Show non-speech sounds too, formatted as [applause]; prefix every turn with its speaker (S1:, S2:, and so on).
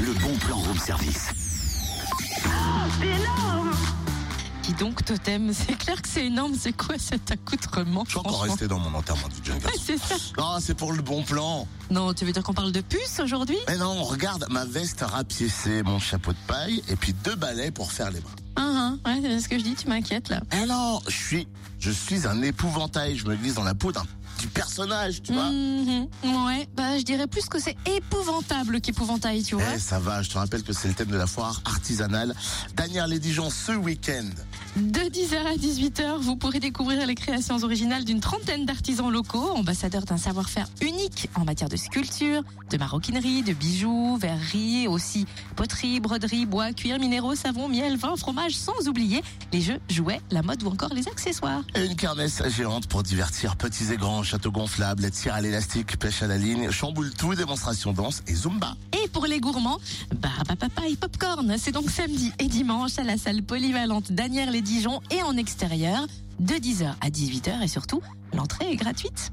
S1: Le bon plan room service.
S2: C'est énorme
S3: Dis donc, Totem, [laughs] c'est clair que c'est énorme. C'est quoi cet accoutrement
S4: Je suis encore
S3: franchement
S4: resté dans mon enterrement du jeune
S3: Ouais,
S4: garçon.
S3: [laughs] c'est ça.
S4: Non, c'est pour le bon plan.
S3: Non, tu veux dire qu'on parle de puce aujourd'hui
S4: Mais non, regarde ma veste rapiécée, mon chapeau de paille et puis deux balais pour faire les bras.
S3: Hein, hein, ouais, c'est ce que je dis, tu m'inquiètes là.
S4: Ah non, je suis, je suis un épouvantail. Je me glisse dans la peau d'un, du personnage, tu vois.
S3: Mhm. Ouais, bah je dirais plus que c'est épouvantable qu'épouvantail, tu
S4: Eh,
S3: vois.
S4: ça va, je te rappelle que c'est le thème de la foire artisanale. Daniel Les Dijon ce week-end.
S3: De 10h à 18h, vous pourrez découvrir les créations originales d'une trentaine d'artisans locaux, ambassadeurs d'un savoir-faire unique en matière de sculpture, de maroquinerie, de bijoux, verrerie, aussi poterie, broderie, bois, cuir, minéraux, savon, miel, vin, fromage, sans oublier les jeux, jouets, la mode ou encore les accessoires.
S4: Et une kermesse géante pour divertir petits et grands, château gonflable, tir à l'élastique, pêche à la ligne, chamboule tout, démonstration danse et zumba.
S3: Et pour les gourmands, barbe papa et popcorn. C'est donc samedi et dimanche à la salle polyvalente d'Anières-les-Dijon et en extérieur, de 10h à 18h et surtout, l'entrée est gratuite.